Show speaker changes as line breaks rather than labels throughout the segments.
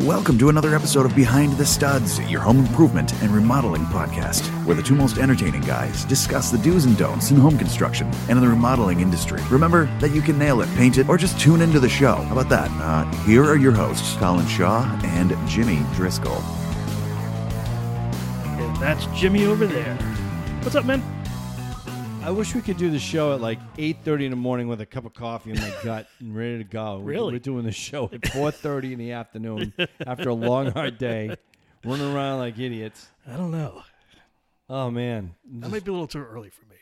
Welcome to another episode of Behind the Studs, your home improvement and remodeling podcast, where the two most entertaining guys discuss the do's and don'ts in home construction and in the remodeling industry. Remember that you can nail it, paint it, or just tune into the show. How about that? Uh, here are your hosts, Colin Shaw and Jimmy Driscoll.
And that's Jimmy over there. What's up, man?
I wish we could do the show at like eight thirty in the morning with a cup of coffee in my gut and ready to go. We-
Really?
we're doing the show at four thirty in the afternoon after a long hard day, running around like idiots.
I don't know.
Oh man,
That might be a little too early for me.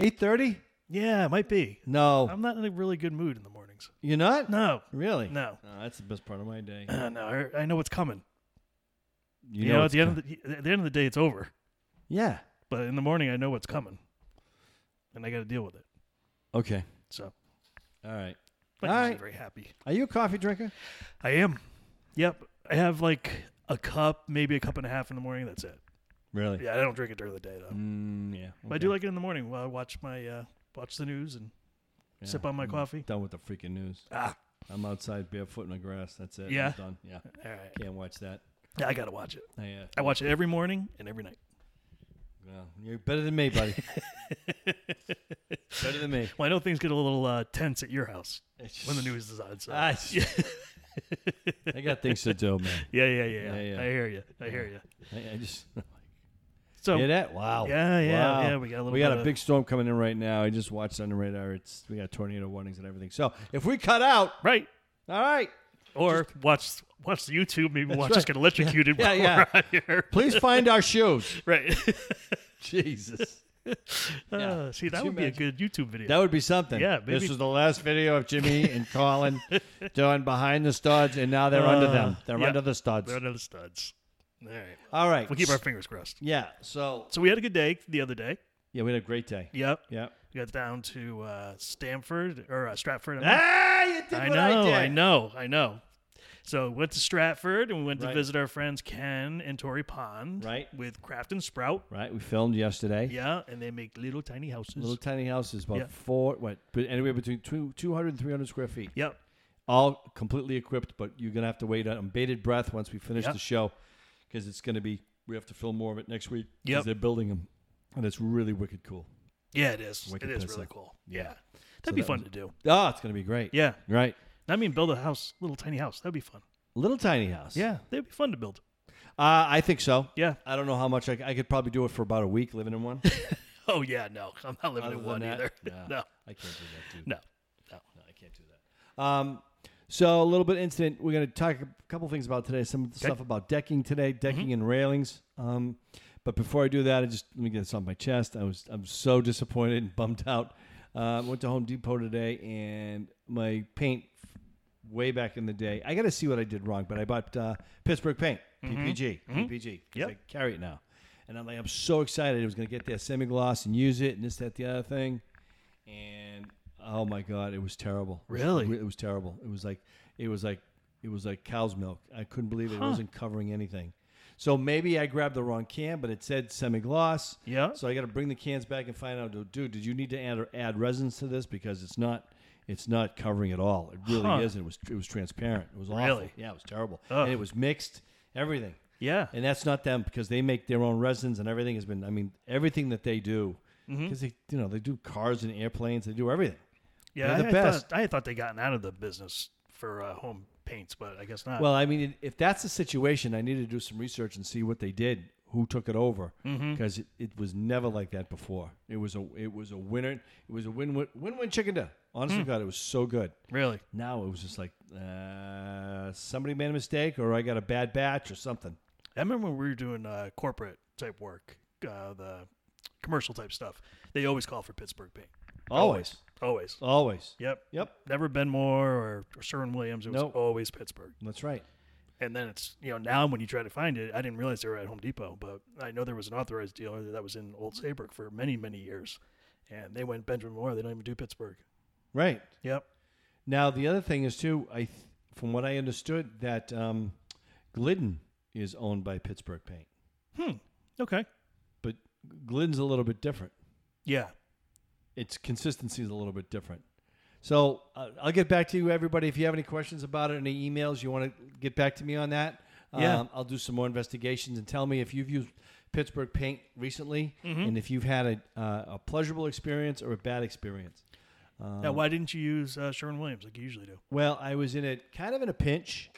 eight thirty?
Yeah, it might be.
No,
I'm not in a really good mood in the mornings.
you're not.
No.
Really?
No.
Oh, that's the best part of my day.
Uh, no, I, I know what's coming.
You,
You, know, at the end, of the, at the end of the day, it's over.
yeah.
But in the morning, I know what's coming, and I got to deal with it.
Okay.
So,
All right.
but
All
I'm
right.
very happy.
Are you a coffee drinker?
I am. Yep. I have like a cup, maybe a cup and a half in the morning. That's it.
Really?
Yeah, I don't drink it during the day though.
Mm, yeah.
But I do like it in the morning while I watch my uh, watch the news and sip on my coffee.
Done with the freaking news.
Ah,
I'm outside barefoot in the grass. That's it. I'm
Yeah.
done. Yeah.
all right.
Can't watch that.
Yeah, I gotta watch it.
I, uh,
I watch it every morning and every night.
Well, you're better than me, buddy. better than me.
Well, I know things get a little uh, tense at your house when the news is on. So.
I, I got things to do, man.
yeah, yeah, yeah,
Yeah,
yeah,
yeah.
I hear you. I hear you.
I, I just
So
hear that? Wow.
Oh. Yeah, yeah,
Wow.
yeah, we got a little
We got
bit
a
of-
big storm coming in right now. I just watched on the radar. It's we got tornado warnings and everything. So if we cut out,
right,
all right.
or watch watch the YouTube. Maybe watch us
right.
get electrocuted.
Yeah,
while
yeah.
we're out here.
Please find our shoes.
Right.
Jesus,
Uh, see, that
you
would be a
imagine?
good YouTube video.
that would be something.
Yeah,
this
maybe-
was the last video of Jimmy and Colin doing behind the studs, and now they're under them. They're
Uh, yeah.
under the studs.
They're under the studs. All right.
all right.
We'll keep our fingers crossed.
yeah. So
So we had a good day the other day.
yeah, we had a great day.
Yep.
Yeah.
We got down to uh, Stanford or uh, Stratford. I'm
Ah, you did
I
what
know,
I did.
I, know, I know. So went to Stratford and we went
Right.
to visit our friends Ken and Tori Pond,
Right.
With Craft and Sprout,
Right, we filmed yesterday.
yeah, and they make little tiny houses.
Little tiny houses, about
Yeah.
four, what, but anywhere between two, 200 and 300 square feet.
Yep,
All completely equipped, but you're going to have to wait on bated breath once we finish
Yeah.
the show because it's going to be, we have to film more of it next week because
Yep.
they're building them. And it's really wicked cool.
yeah, it is.
Wicked
it is
pizza.
really cool.
Yeah.
Yeah, that'd be
that
fun to
was-
do.
Oh, it's going to be great.
Yeah,
Right.
I mean, build a house, little tiny house. That'd be fun.
Little tiny house.
Yeah, that'd be fun to build.
Uh, I think so.
Yeah.
I don't know how much I, c- I could probably do it for about a week living in one.
Oh yeah, no, I'm not living
Other
in
than
one
that,
either.
nah,
no,
I can't do that, dude.
no, no.
No, I can't do that. Um, so a little bit incident. We're going to talk a couple things about today. Some stuff about decking today, decking
Mm-hmm.
and railings. Um, but before I do that, I just let me get this off my chest. I was I'm so disappointed and bummed out. Uh, went to Home Depot today, and my paint way back in the day. I got to see what I did wrong, but I bought uh, Pittsburgh paint, PPG, PPG. 'cause
Mm-hmm. Yep.
I carry it now, and I'm like I'm so excited. I was going to get that semi gloss and use it, and this, that, the other thing and oh my god, it was terrible. It was
Really?
re- It was terrible. It was like it was like it was like cow's milk. I couldn't believe it. It wasn't covering anything. So maybe I grabbed the wrong can, but it said semi gloss.
Yeah.
So I got to bring the cans back and find out. Dude, did you need to add add resins to this because it's not it's not covering at all. It really
Huh.
isn't. It was it was transparent. It was awful.
Really?
Yeah, it was terrible.
Ugh.
And it was mixed. Everything.
Yeah,
And that's not them because they make their own resins and everything has been. I mean, everything that they do
Mm-hmm.
because they, you know, they do cars and airplanes. They do everything.
yeah.
they're
I,
the
I
best.
thought I thought they gotten out of the business for uh, home paints, but I guess not.
Well, I mean, if that's the situation, I need to do some research and see what they did, who took it over, because it, it was never like that before. It was a it was a winner. It was a win win win win chicken dinner. Honestly, God, it was so good.
really,
Now it was just like uh, somebody made a mistake, or I got a bad batch, or something.
I remember when we were doing uh, corporate type work, uh, the commercial type stuff. They always call for Pittsburgh paint.
Always,
Always.
always.
Yep.
Yep,
Never Ben Moore or, or Sherwin Williams. It was
Nope.
always Pittsburgh.
that's right.
And then it's you know now when you try to find it, I didn't realize they were at Home Depot, but I know there was an authorized dealer that was in Old Saybrook for many many years, and they went Benjamin Moore. They don't even do Pittsburgh.
Right.
Yep.
Now the other thing is too. I, th- from what I understood, that um, Glidden is owned by Pittsburgh Paint,
Hmm. Okay.
but Glidden's a little bit different.
Yeah.
Its consistency is a little bit different. So uh, I'll get back to you, everybody. If you have any questions about it, any emails you want to get back to me on that.
Yeah.
Um, I'll do some more investigations and tell me if you've used Pittsburgh paint recently
Mm-hmm.
and if you've had a, uh, a pleasurable experience or a bad experience.
now, why didn't you use uh, Sherwin Williams like you usually do?
Well, I was in it kind of in a pinch,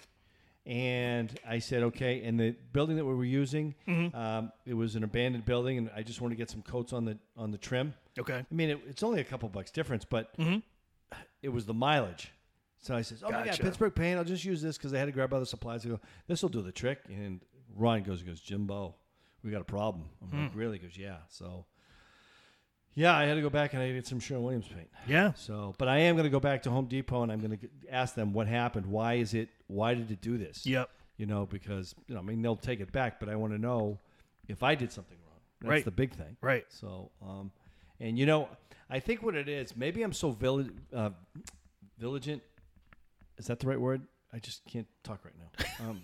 and I said, okay. And the building that we were using, um, it was an abandoned building, and I just wanted to get some coats on the on the trim.
Okay.
I mean, it, it's only a couple bucks difference, but it was the mileage. So I says, "Oh my God,
Gotcha.
Pittsburgh paint. I'll just use this because I had to grab other supplies." I go, "This will do the trick." And Ron goes, "He goes, Jimbo, we got a problem." I'm like, "Really?" He goes, "Yeah." So, yeah, I had to go back and I did some Sherwin Williams paint.
Yeah.
So, but I am going to go back to Home Depot and I'm going to ask them what happened. Why is it? Why did it do this?
Yep.
You know, because you know, I mean, they'll take it back, but I want to know if I did something wrong. That's
Right.
the big thing.
Right.
So, um, and you know, I think what it is, maybe I'm so villi- uh, vigilant. Is that the right word? I just can't talk right now. Um,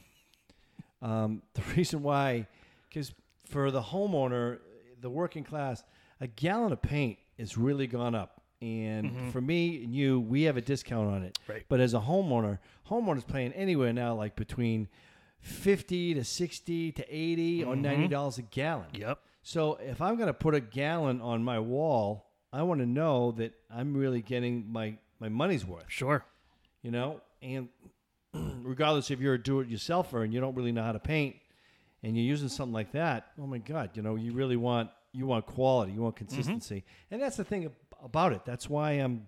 um, the reason why, because for the homeowner, the working class, a gallon of paint has really gone up. And for me and you, we have a discount on it.
Mm-hmm. Right.
But as a homeowner, homeowners paying anywhere now like between fifty to sixty to 80 or ninety dollars a gallon.
Mm-hmm. Yep.
So if I'm going to put a gallon on my wall, I want to know that I'm really getting my my money's worth,
Sure.
you know. And regardless if you're a do-it-yourselfer and you don't really know how to paint, and you're using something like that, oh my God, you know, you really want you want quality, you want consistency, and that's the thing ab- about it. That's why I'm,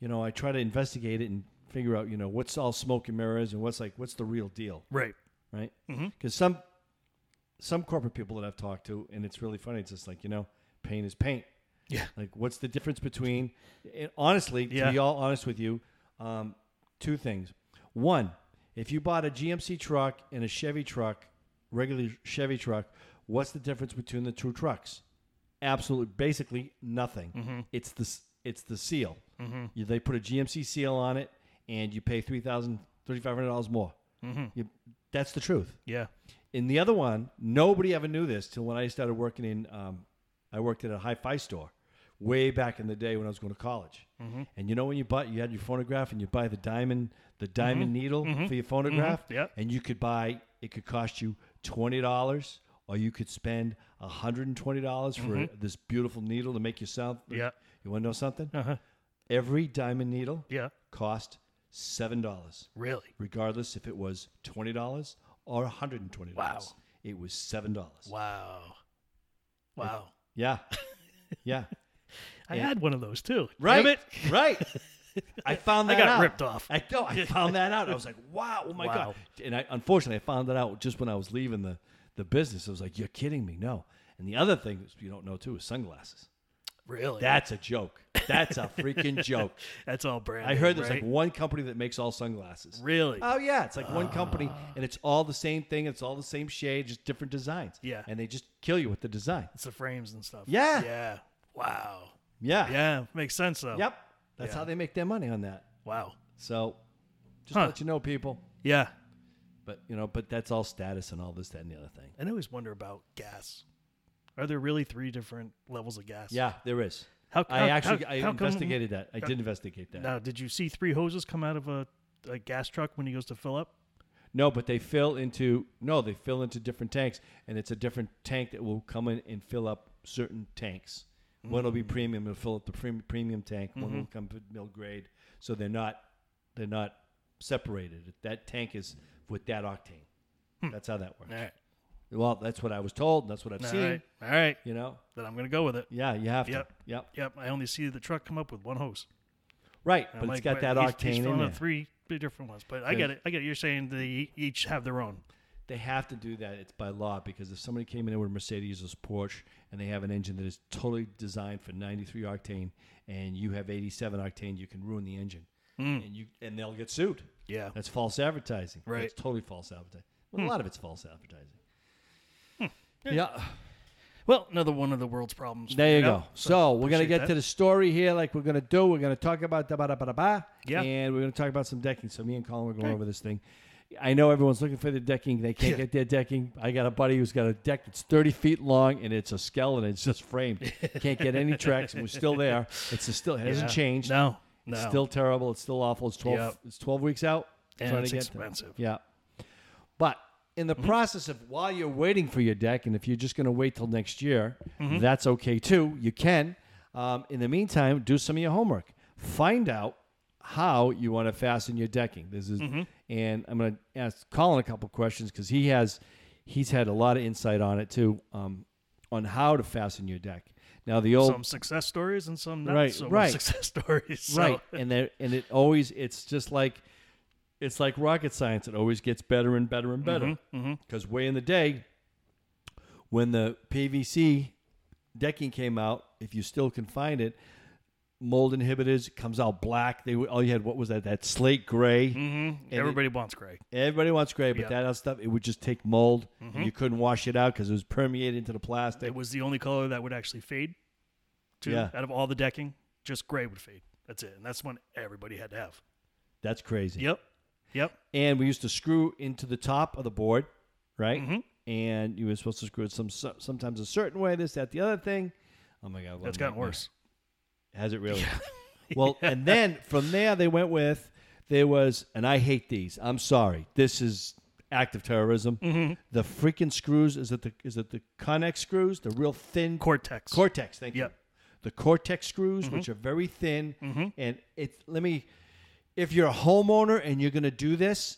you know, I try to investigate it and figure out, you know, what's all smoke and mirrors and what's like what's the real deal
Right.
right? Because some some corporate people that I've talked to, and it's really funny. It's just like you know, paint is paint.
Yeah.
Like, what's the difference between? And honestly,
Yeah.
to be all honest with you, um, two things. One, if you bought a GMC truck and a Chevy truck, regular Chevy truck, what's the difference between the two trucks? Absolutely, basically nothing. It's the s- it's the seal. You, they put a GMC seal on it, and you pay three thousand thirty five hundred dollars more. You, that's the truth.
Yeah.
In the other one, nobody ever knew this till when I started working in. Um, I worked at a hi-fi store way back in the day when I was going to college.
Mm-hmm.
And you know when you bought, you had your phonograph and you buy the diamond, the diamond needle for your phonograph.
Mhm. Mm-hmm. Yep.
And you could buy. It could cost you twenty dollars, or you could spend hundred and twenty dollars for this beautiful needle to make your sound.
Mm-hmm. Yep.
You want to know something?
Uh-huh.
Every diamond needle
Yeah.
cost seven dollars
Really.
regardless if it was twenty dollars or one hundred and twenty
Wow.
dollars. It was seven dollars.
Wow. Wow.
Yeah, yeah.
I had one of those too.
Right,
Damn it.
right. I found
I
that
got
out.
ripped off.
I know. I found that out. I was like, wow, oh my
Wow.
god. And I unfortunately I found that out just when I was leaving the the business. I was like, you're kidding me, no. And the other thing that you don't know too is sunglasses.
Really.
That's a joke. That's a freaking joke.
That's all brand.
I heard there's
right? Uh,
like one company that makes all sunglasses.
Really.
Oh yeah, it's like one company,
Ah.
and it's all the same thing. It's all the same shade, just different designs.
Yeah.
and they just kill you with the design.
it's the frames and stuff.
Yeah.
Yeah. Wow.
Yeah,
Yeah. Makes sense though.
yep. That's
Yeah.
how they make their money on that.
Wow.
So, just
Huh.
let you know, people.
Yeah.
But you know, but that's all status and all this, that, and the other thing.
And I always wonder about gas. Are there really three different levels of gas?
Yeah, there is.
How-
I
how-
actually
how-
I
how come-
investigated that. I did investigate that.
Now, did you see three hoses come out of a, a gas truck when he goes to fill up?
No, but they fill into no, they fill into different tanks, and it's a different tank that will come in and fill up certain tanks. One will
Mm-hmm.
be premium; it'll fill up the premium premium tank. One will come with mill grade, so they're not they're not separated. That tank is with that octane.
Hmm.
That's how that works.
All right.
Well, that's what I was told. and That's what I've
All
seen.
right. All right.
You know,
Then I'm going to go with it.
yeah, you have to.
Yep.
Yep.
Yep. I only see the truck come up with one hose.
Right,
And
but
I'm
it's
like,
got that
Uh, he's-
octane
he's
in
filling
there.
up three three different ones. But I
Yeah.
get it. I get it. You're saying they e-, each have their own.
they have to do that. It's by law because if somebody came in with a Mercedes or Porsche and they have an engine that is totally designed for 93 octane and you have 87 octane, you can ruin the engine and you and they'll get sued.
Yeah.
That's false advertising.
Right.
That's totally false advertising. Well, a lot of it's false advertising. Yeah.
Well, another one of the world's problems.
There
Yep.
you go. So we're gonna
appreciate
get
that.
to the story here, like we're gonna do. We're gonna talk about da ba da ba da ba.
Yeah.
And we're gonna talk about some decking. So me and Colin are going over this thing. I know everyone's looking for the decking. They can't
Yeah.
get their decking. I got a buddy who's got a deck that's 30 feet long and it's a skeleton. It's just framed. can't get any tracks. And we're still there. It's just still it hasn't
Yeah.
changed.
No. No.
It's still terrible. It's still awful. It's 12.
Yep.
It's 12 weeks out.
And
Trying
it's
to get there.
expensive. Mm-hmm.
Yeah. But in the process of while you're waiting for your deck, and if you're just going to wait till next year,
Mm-hmm.
that's okay too. You can. Um, in the meantime, do some of your homework. Find out how you want to fasten your decking. This is,
Mm-hmm.
and I'm going to ask Colin a couple questions because he has, he's had a lot of insight on it too, um, on how to fasten your deck. Now the old
Some success stories and some not
Right,
so
right.
much success stories. So,
right and there and it always it's just like it's like rocket science it always gets better and better
Mm-hmm,
and better because way in the day when the pvc decking came out if you still can find it mold inhibitors comes out black they were- all you had what was that that slate gray
Everybody wants gray.
everybody wants gray
Mm-hmm.
but
Yeah. Mm-hmm.
that other stuff it would just take mold and you couldn't wash it out because it was permeated into the plastic
It was the only color that would actually fade. Too.
Yeah.
Out of all the decking, just gray would fade. That's it. And that's one everybody had to have.
that's crazy
Yep. Yep.
and we used to screw into the top of the board, right?
Mm-hmm.
And you were supposed to screw it some sometimes a certain way, this, that, the other thing. Oh my god, what
That's
a
gotten
nightmare.
worse.
Has it really? Well, and then from there they went with there was, and I hate these. I'm sorry, this is act of terrorism.
Mm-hmm.
The freaking screws is it the is it the Connex screws, the real thin
Cortex.
Cortex, thank you.
Yep. Mm-hmm.
The cortex screws, which are very thin, and it. Let me. If you're a homeowner and you're going to do this,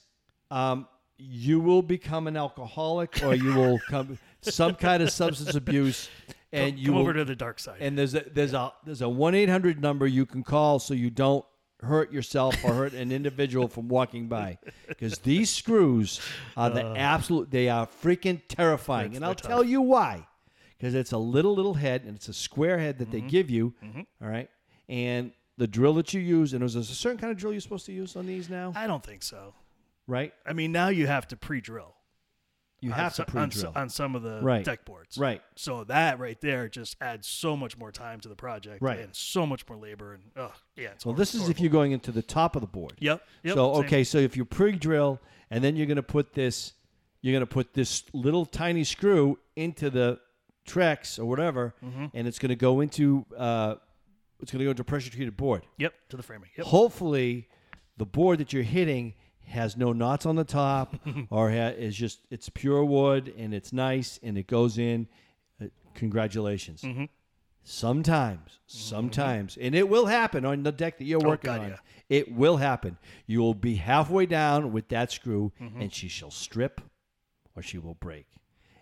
um, you will become an alcoholic, or you will come some kind of substance abuse, and
Come
you will,
over to the dark side.
and there's a there's a there's a one eight hundred number you can call so you don't hurt yourself or hurt an individual from walking by because these screws are the
Uh.
absolute they are freaking terrifying and I'll tell you why because it's a little little head and it's a square head that
Mm-hmm.
they give you all right and the drill that you use and there's a certain kind of drill you're supposed to use on these now
I don't think so.
right
I mean, now you have to pre-drill.
you
on
have
so-
to pre
on so-
drill
on, some of the
Right.
deck boards.
Right.
So that right there just adds so much more time to the project,
Right.
And so much more labor, and oh yeah. It's
well
hor-
this is if you're going into the top of the board
Yep. yep
so
same.
okay, so if you pre-drill and then you're going to put this, you're going to put this little tiny screw into the Trex or whatever,
Mm-hmm.
and it's going to go into uh, it's going to go into a pressure-treated board.
Yep. To the framing. Yep.
Hopefully, the board that you're hitting has no knots on the top, or ha- is just it's pure wood and it's nice and it goes in. Uh, congratulations.
Mm-hmm.
Sometimes, sometimes, and it will happen on the deck that you're working
Oh, God,
on.
yeah.
It will happen. You will be halfway down with that screw,
Mm-hmm.
and she shall strip or she will break.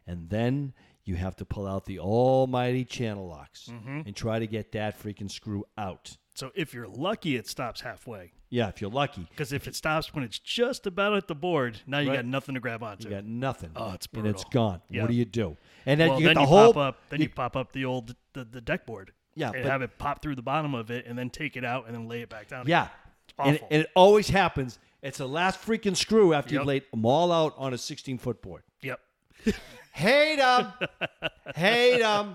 And then you have to pull out the almighty channel locks
Mm-hmm.
and try to get that freaking screw out.
So if you're lucky, it stops halfway.
Yeah, if you're lucky,
Because if it stops when it's just about at the board, now you
Right.
got nothing to grab onto.
you got nothing.
Oh, it's
and it's
brutal.
gone.
Yeah.
What do you do? And then
well,
you
then
get the
you
whole
pop up. Then you,
you-
pop up the old the, the deck board.
Yeah,
And
but-
have it pop through the bottom of it, and then take it out, and then lay it back down.
Yeah.
again. It's
And,
awful.
and it always happens. It's the last freaking screw after you've
Yep.
laid them all out on a 16 foot board.
Yep.
Hate them. Hate them.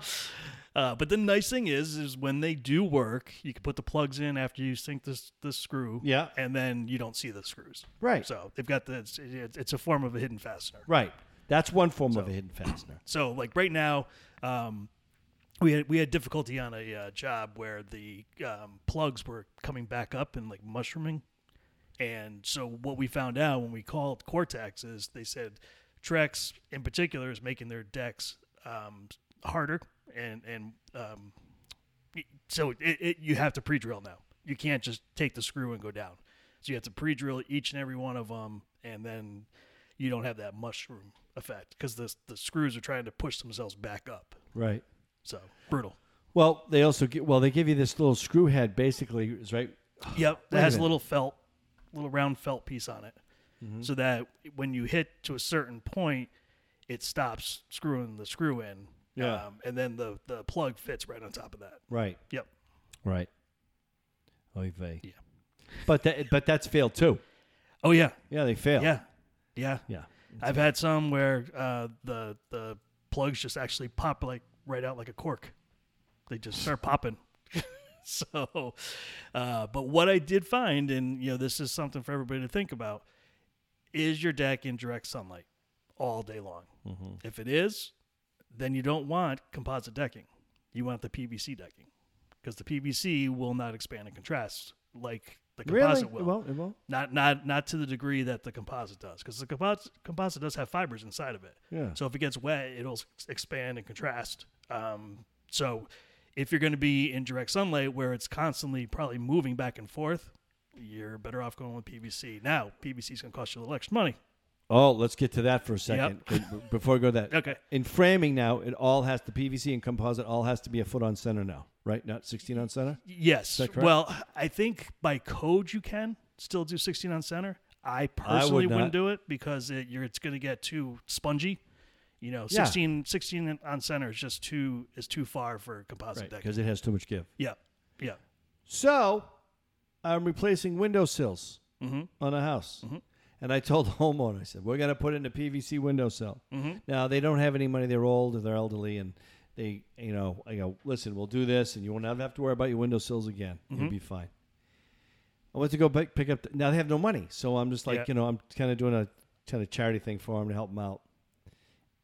Uh, but the nice thing is, is when they do work, you can put the plugs in after you sink this the screw.
Yeah.
and then you don't see the screws.
Right.
So they've got the it's, it's it's a form of a hidden fastener.
Right. That's one form of a hidden fastener.
So like right now, um, we had we had difficulty on a uh, job where the um, plugs were coming back up and like mushrooming, and so what we found out when we called Cortex is they said Trex in particular is making their decks um, harder and and um, so it, it, you have to pre-drill now. You can't just take the screw and go down. So you have to pre-drill each and every one of them, and then you don't have that mushroom effect because the the screws are trying to push themselves back up.
Right.
So brutal.
Well, they also get, well, they give you this little screw head basically, is right?
Yep,
Wait
it
a
has a
minute. Mm-hmm.
little felt, little round felt piece on it, so that when you hit to a certain point, it stops screwing the screw in.
Yeah.
um, and then the the plug fits right on top of that.
Right.
Yep.
Right. Oy vey.
Yeah.
But that but that's failed too.
Oh yeah,
Yeah, they fail.
yeah, yeah.
Yeah.
I've had some where uh, the the plugs just actually pop like right out like a cork. They just start popping. so, uh, but what I did find, and you know, this is something for everybody to think about, is your deck in direct sunlight all day long. If it is, then you don't want composite decking. You want the PVC decking because the PVC will not expand and contrast like The
Really?
composite
It
will.
won't. It won't.
Not not not to the degree that the composite does, because the composite composite does have fibers inside of it.
Yeah.
So if it gets wet, it'll s- expand and contrast. Um, so if you're going to be in direct sunlight where it's constantly probably moving back and forth, you're better off going with PVC. Now PVC is going to cost you a little extra money.
Oh, let's get to that for a second b- before we go to that.
Okay.
In framing now, it all has to PVC and composite all has to be a foot on center now, right? Not sixteen on center.
Yes.
that correct?
Well, I think by code you can still do 16 on center. I personally would
not.
not do it because it, you're, it's going to get too spongy. You know,
Yeah.
16, 16 on center is just too is too far for composite
Right,
decking.
because it has too much give.
Yeah, yeah.
So, I'm replacing windowsills on a house. And I told the homeowner, I said, we're going to put in a PVC windowsill. Now, they don't have any money. They're old or they're elderly. And they, you know, I go, listen, we'll do this and you won't have to worry about your windowsills again. You'll be fine. I went to go pick pick up. The, now, they have no money. So, I'm just like,
Yeah.
you know, I'm kind of doing a kind of charity thing for them to help them out.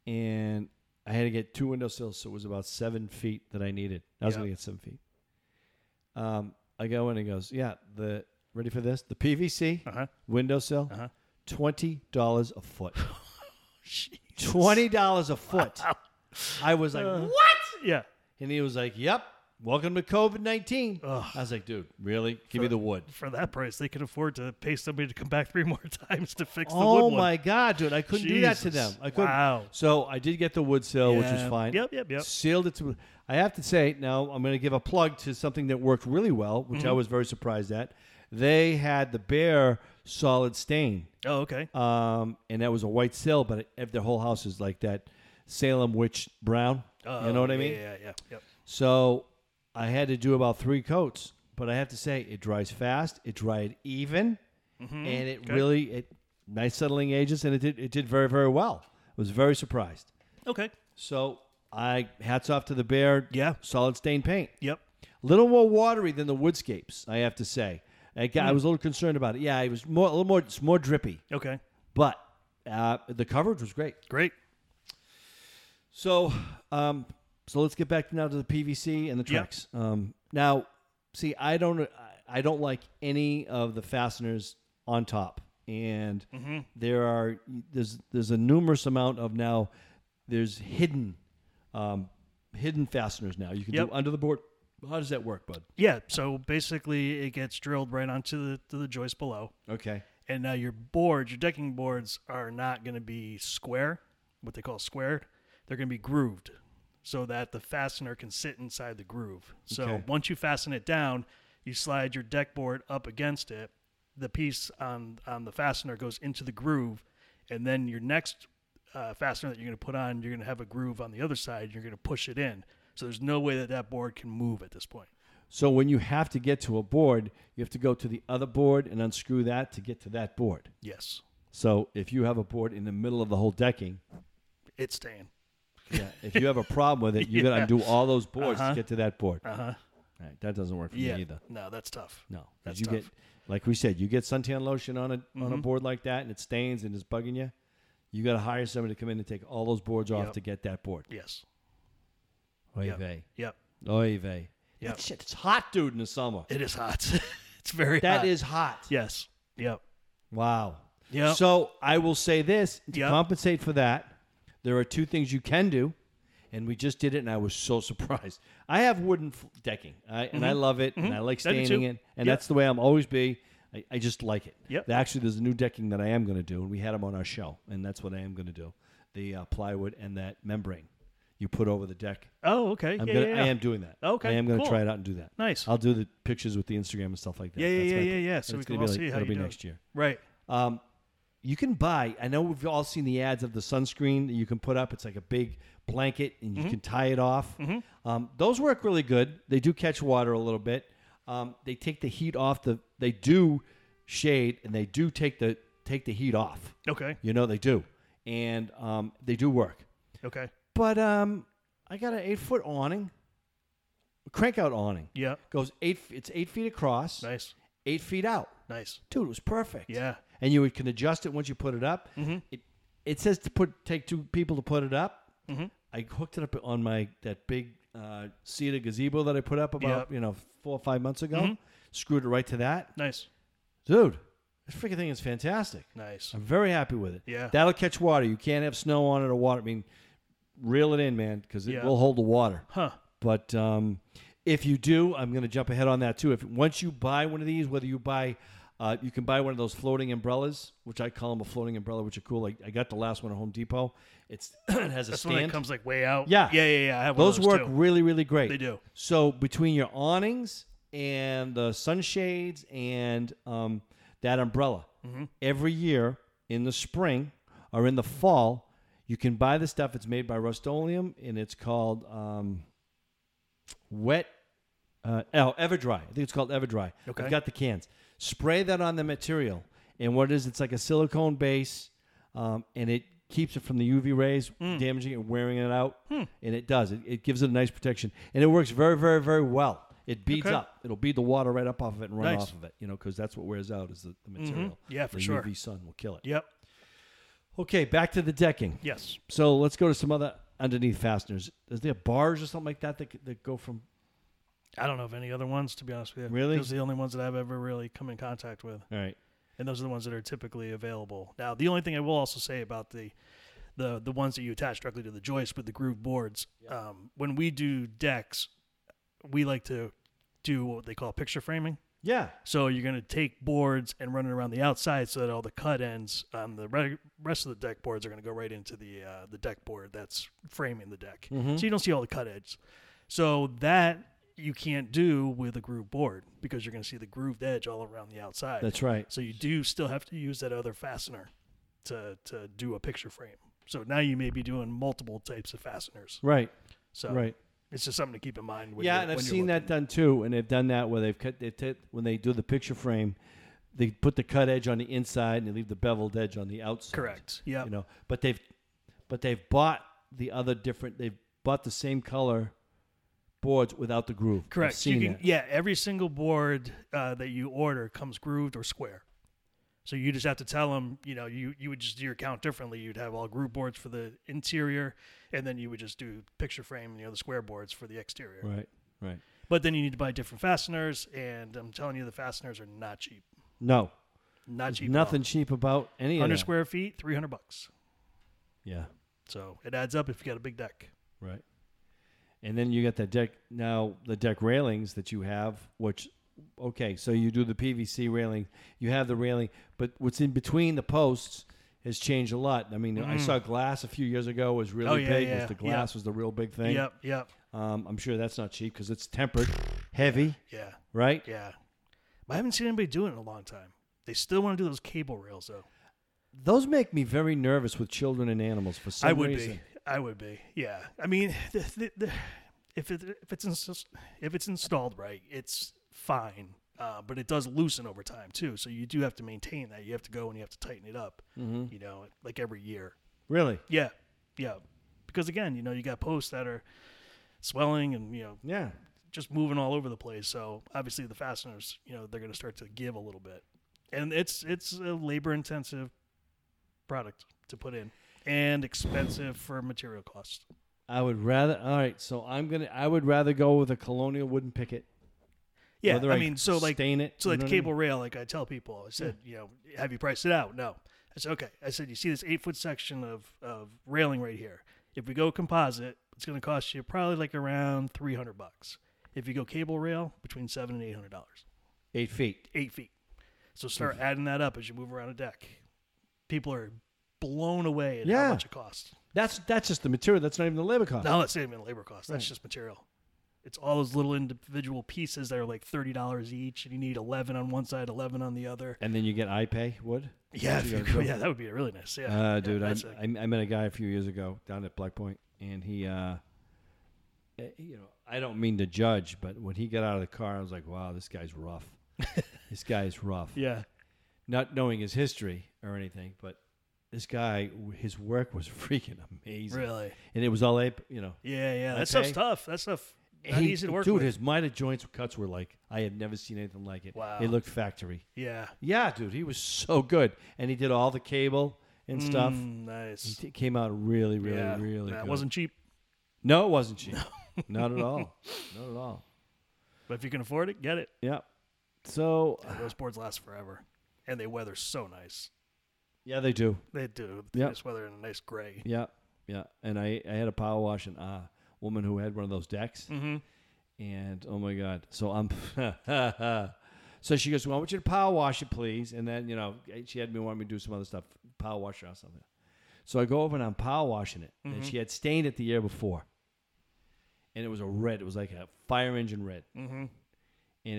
And I had to get two windowsills. So, it was about seven feet that I needed. I was
Yeah.
going to get seven feet. Um, I go in and he goes, yeah, the ready for this? The PVC
Uh-huh.
windowsill,
Uh-huh.
twenty dollars a foot.
Jeez.
Twenty dollars a foot. I was like,
Uh.
what?
Yeah.
And he was like, yep. Welcome to COVID nineteen. I
Ugh.
was like, dude, really? Give me the wood.
For that price, they could afford to pay somebody to come back three more times to fix the wood
Oh
one.
my god, dude! I couldn't do that to them.
Jesus.
I couldn't.
Wow.
So I did get the wood sill, which was
Yeah.
fine.
Yep, yep, yep.
Sealed it to. I have to say now, I'm going to give a plug to something that worked really well, which
Mm-hmm.
I was very surprised at. They had the bare solid stain,
Oh, okay.
um, and that was a white sill, but it, if their whole house is like that Salem witch brown. you know what I
Oh,
mean?
Yeah, yeah, yeah.
So I had to do about three coats, but I have to say it dries fast. It dried even, and it really it nice settling agents, and it did it did very very well. I was very surprised.
Yep. Okay.
So I hats off to the bear.
Yeah.
solid stain paint.
Yep.
Little more watery than the woodscapes, I have to say. I, got- I was a little concerned about it. Yeah, it was more a little more it's more drippy,
Okay.
but uh, the coverage was great.
Great.
So, um, so let's get back now to the PVC and the
Yeah.
Trex. Um, now, see, I don't, I- I don't like any of the fasteners on top, and
Mm-hmm.
there are there's there's a numerous amount of now there's hidden, um, hidden fasteners now. You can
Yep.
do under the board. How does that work, bud?
Yeah. So basically, it gets drilled right onto the to the joist below,
Okay.
and now your boards, your decking boards, are not going to be square, what they call squared. They're going to be grooved, so that the fastener can sit inside the groove. So
Okay.
once you fasten it down, you slide your deck board up against it. The piece on on the fastener goes into the groove, and then your next uh, fastener that you're going to put on, you're going to have a groove on the other side. You're going to push it in. So there's no way that that board can move at this point.
So when you have to get to a board, you have to go to the other board and unscrew that to get to that board.
Yes,
So if you have a board in the middle of the whole decking,
it's staying.
Yeah, if you have a problem with it, you got to
Yeah.
undo all those boards to get to that board.
Uh huh.
Right, that doesn't work for
Yeah.
me either.
No, that's tough.
No, 'cause
That's
you
tough. Mm-hmm.
get, like we said, you get suntan lotion on a on a board like that, and it stains and it's bugging you. You got to hire somebody to come in and take all those boards off
Yep.
to get that board.
Yes.
Oy
Yep.
vey,
Yep.
oy vey.
Yep.
That shit, it's hot, dude, in the summer.
It is hot. it's very
That
hot.
is hot.
Yes. Yep.
Wow.
Yep.
So I will say this to
Yep.
compensate for that, there are two things you can do, and we just did it, and I was so surprised. I have wooden f- decking, I, and I love it, and I like
I do
staining
Mm-hmm. too.
it, and
Yep.
that's the way I'm always be. I, I just like it.
Yep.
Actually, there's a new decking that I am going to do, and we had them on our show, and that's what I am going to do: the uh, plywood and that membrane you put over the deck.
Oh, okay.
I'm
yeah,
gonna,
yeah, yeah.
I am doing that.
Okay,
I am going to
cool.
try it out and do that.
Nice.
I'll do the pictures with the Instagram and stuff like that.
Yeah, yeah,
That's
yeah,
my-
yeah, yeah.
and
So we
it's
can all
gonna be like-
see how
that'll
you
be
do it.
next year.
Right.
Um, you can buy. I know we've all seen the ads of the sunscreen that you can put up. It's like a big blanket, and you
Mm-hmm.
can tie it off. Um, those work really good. They do catch water a little bit. Um, they take the heat off the. They do shade, and they do take the take the heat off.
Okay.
You know they do, and um, they do work.
Okay.
But um, I got an eight foot awning, crank out awning.
Yeah.
Goes eight. It's eight feet across,
Nice.
eight feet out.
Nice.
Dude, it was perfect
Yeah.
and you can adjust it once you put it up.
Mm-hmm.
It, it says to put take two people to put it up.
Mm-hmm.
I hooked it up on my that big uh, cedar gazebo that I put up about
Yep. Mm-hmm.
you know four or five months ago. Screwed it right to that.
Nice.
dude, this freaking thing is fantastic.
Nice.
I'm very happy with it.
Yeah.
That'll catch water. You can't have snow on it or water. I mean, reel it in, man, because it
Yeah.
will hold the water.
Huh.
But um, if you do, I'm going to jump ahead on that too. If once you buy one of these, whether you buy, uh, you can buy one of those floating umbrellas, which I call them a floating umbrella, which are cool. I, I got the last one at Home Depot. It's it has a
That's
stand.
one that comes like way out.
Yeah.
Yeah, yeah, yeah. I have one of
those, work
too.
really, really great.
They do.
So between your awnings and the sunshades and um, that umbrella,
Mm-hmm.
every year in the spring or in the fall, you can buy the stuff. It's made by Rust-Oleum and it's called um, Wet. Uh, oh, Everdry. I think it's called Everdry.
Okay.
I've got the cans. Spray that on the material, and what it is? It's like a silicone base, um, and it keeps it from the UV rays
Hmm.
damaging it, wearing it out, and it does. It, it gives it a nice protection, and it works very, very, very well. It beads
Okay.
up. It'll bead the water right up off of it and run
Nice. Mm-hmm.
off of it, you know, because that's what wears out is the, the material.
Yeah, for
the
sure.
UV sun will kill it.
Yep.
Okay, back to the decking.
Yes.
So let's go to some other underneath fasteners. Is there bars or something like that that, c- that go from
I don't know of any other ones to be honest with you.
Really?
Those are the only ones that I've ever really come in contact with.
All right.
and those are the ones that are typically available. Now, the only thing I will also say about the the the ones that you attach directly to the joist with the groove boards, um, when we do decks, we like to do what they call picture framing.
Yeah.
So you're going to take boards and run it around the outside so that all the cut ends on the re- rest of the deck boards are going to go right into the uh, the deck board that's framing the deck. So you don't see all the cut edges. So that you can't do with a groove board because you're going to see the grooved edge all around the outside.
That's right.
So you do still have to use that other fastener to to do a picture frame. So now you may be doing multiple types of fasteners.
Right.
So
Right.
it's just something to keep in mind. When
Yeah,
you're-
and I've
when you're
seen that
looking.
done too, and they've done that where they've cut they t- when they do the picture frame, they put the cut edge on the inside and they leave the beveled edge on the outside.
Correct. Yeah.
You know, but they've but they've bought the other different. They've bought the same color boards without the groove. I've
Correct.
seen
you can,
that.
yeah, every single board uh, that you order comes grooved or square. So you just have to tell them, you know, you, you would just do your count differently. You'd have all groove boards for the interior, and then you would just do picture frame and the other square boards for the exterior.
Right. Right.
But then you need to buy different fasteners, and I'm telling you, the fasteners are not cheap.
No,
Not cheap. at all.
nothing cheap about any of
Hundred
that.
square feet, three hundred bucks.
Yeah.
So it adds up if you got a big deck.
Right. And then you got that deck now the deck railings that you have, which okay, so you do the PVC railing, you have the railing, but what's in between the posts has changed a lot. I mean, I saw glass a few years ago was really
Mm. Oh, yeah,
big.
yeah,
Was the
yeah.
glass was the real big thing.
Yep, yep,
Um, I'm sure that's not cheap because it's tempered, heavy,
yeah,
right?
yeah. But I haven't seen anybody do it in a long time. They still want to do those cable rails though.
Those make me very nervous with children and animals for some
I would
reason.
be. I would be. Yeah. I mean, the, the, the, if it if it's ins- if it's installed right, it's fine. Uh, but it does loosen over time too, so you do have to maintain that. You have to go and you have to tighten it up.
Mm-hmm.
You know, like every year.
Really?
Yeah, yeah. Because again, you know, you got posts that are swelling and you know
Yeah.
just moving all over the place. So obviously the fasteners, you know, they're going to start to give a little bit, and it's it's a labor intensive product to put in and expensive for material costs.
I would rather all right, so I'm gonna I would rather go with a colonial wooden picket.
Yeah,
Whether
I
I
mean, so like
stain it,
so
you
like
know
the
what I mean?
cable rail. Like I tell people, I said, you know, have you priced it out? No. I said, okay. I said, you see this eight foot section of of railing right here. If we go composite, it's going to cost you probably like around three hundred bucks. If you go cable rail, between seven and eight hundred dollars.
Eight feet.
eight feet. So start adding that up as you move around a deck. People are blown away at
Yeah.
how much it costs.
That's that's just the material. That's not even the labor cost.
Now that's not even labor costs. That's just material. It's all those little individual pieces that are like thirty dollars each, and you need eleven on one side, eleven on the other.
And then you get iPay wood.
Yeah,
That's
if you
what you gotta
go-
do.
yeah, that would be really nice. Yeah,
Uh,
Yeah,
dude, I,
that's a-
I I met a guy a few years ago down at Black Point, and he, uh, eh, you know, I don't mean to judge, but when he got out of the car, I was like, wow, this guy's rough. this guy's rough.
yeah,
Not knowing his history or anything, but this guy, his work was freaking amazing,
really.
and it was all, ap- you know.
Yeah, yeah, that stuff's
Okay.
tough. That stuff not
he-
easy to work
dude,
with.
his miter joints cuts were like I had never seen anything like it.
Wow.
It looked factory.
yeah,
Yeah, dude, he was so good, and he did all the cable and stuff.
Mm, nice.
It came out really, really,
yeah,
really
that
good.
wasn't cheap,
no, it wasn't cheap. Not at all. Not at all.
but if you can afford it, get it.
Yeah. So
Those boards last forever. and they weather so nice.
Yeah, they do.
They do
Yeah.
nice weather and a nice gray.
Yeah, yeah. And I, I had a power wash and a woman who had one of those decks.
Mhm.
And oh my God. So I'm. so she goes, Well, I want you to power wash it, please. And then, you know, she had me want me to do some other stuff, power wash it or something. So I go over and I'm power washing it. And she had stained it the year before. And it was a red. It was like a fire engine red. Mm-hmm. And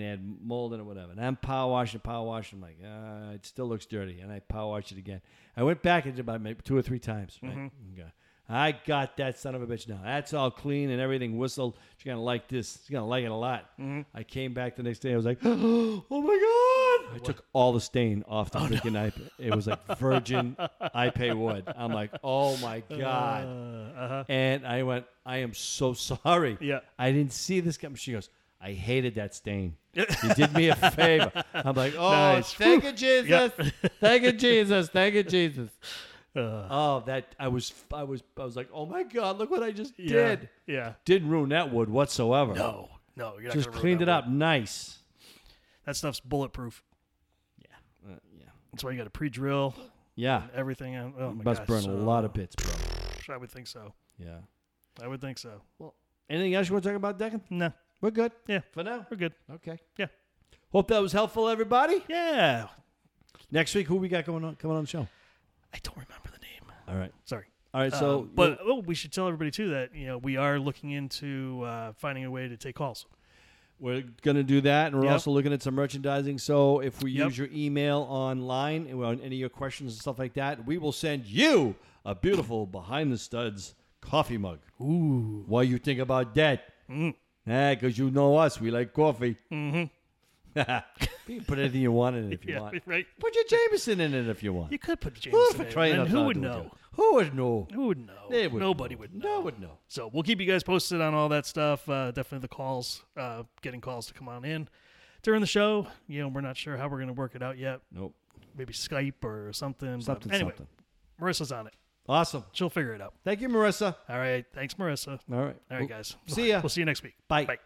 it had mold in it, whatever. And I'm power washing, power washing. I'm like, uh, it still looks dirty. And I power wash it again. I went back and did about maybe two or three times. Right? Okay. I got that son of a bitch now. That's all clean and everything whistled. She's going to like this. She's going to like it a lot. I came back the next day. I was like, oh my God. I took all the stain off the freaking iPay. It was like virgin iPay wood. I'm like, oh my God. And I went, I am so sorry.
Yeah.
I didn't see this coming. She goes, I hated that stain. You did me a favor. I'm like, oh,
Nice.
thank you, Jesus.
Yeah.
thank you, Jesus. Thank you, Jesus. oh, that I was, I was, I was like, oh my God, look what I just
Yeah,
did.
yeah.
Didn't ruin that wood whatsoever.
No, no, you're not
just
gonna ruin
cleaned
that
it
wood.
up nice.
That stuff's bulletproof.
Uh, yeah,
That's why you got to pre-drill
yeah.
everything. out. Oh my
Must
gosh,
burn
so-
a lot of bits, bro.
I would think so.
Yeah.
I would think so.
Well, anything else you want to talk about, Declan?
No,
We're good
yeah,
for now.
we're good.
Okay.
Yeah,
Hope that was helpful, everybody.
yeah.
Next week, who we got going on coming on the show?
I don't remember the name.
All right.
Sorry.
All right. So,
Um, but oh, we should tell everybody too that you know we are looking into uh, finding a way to take calls.
we're gonna do that, and we're
Yep.
also looking at some merchandising. So, if we
Yep.
use your email online and on any of your questions and stuff like that, we will send you a beautiful behind the studs coffee mug.
Ooh, Mm.
What you think about that? Yeah, because you know us, we like coffee. Mm-hmm. you can put anything you want in it if you
yeah,
want.
right.
Put your Jameson in it if you want.
You could put
Ooh,
James
for
in,
crying
and
out
who
loud,
would
don't
know?
you? Who would know?
Who would know?
They would
Nobody
know.
would know.
No would know.
So we'll keep you guys posted on all that stuff. Uh, definitely the calls, uh, getting calls to come on in during the show. You know, we're not sure how we're going to work it out yet.
Nope.
Maybe Skype or something. but
Something,
anyway,
something.
Marissa's on it.
Awesome.
She'll figure it out.
Thank you, Marissa.
All right. Thanks, Marissa.
All right.
All right, guys.
See ya.
We'll see you next week.
Bye.
Bye.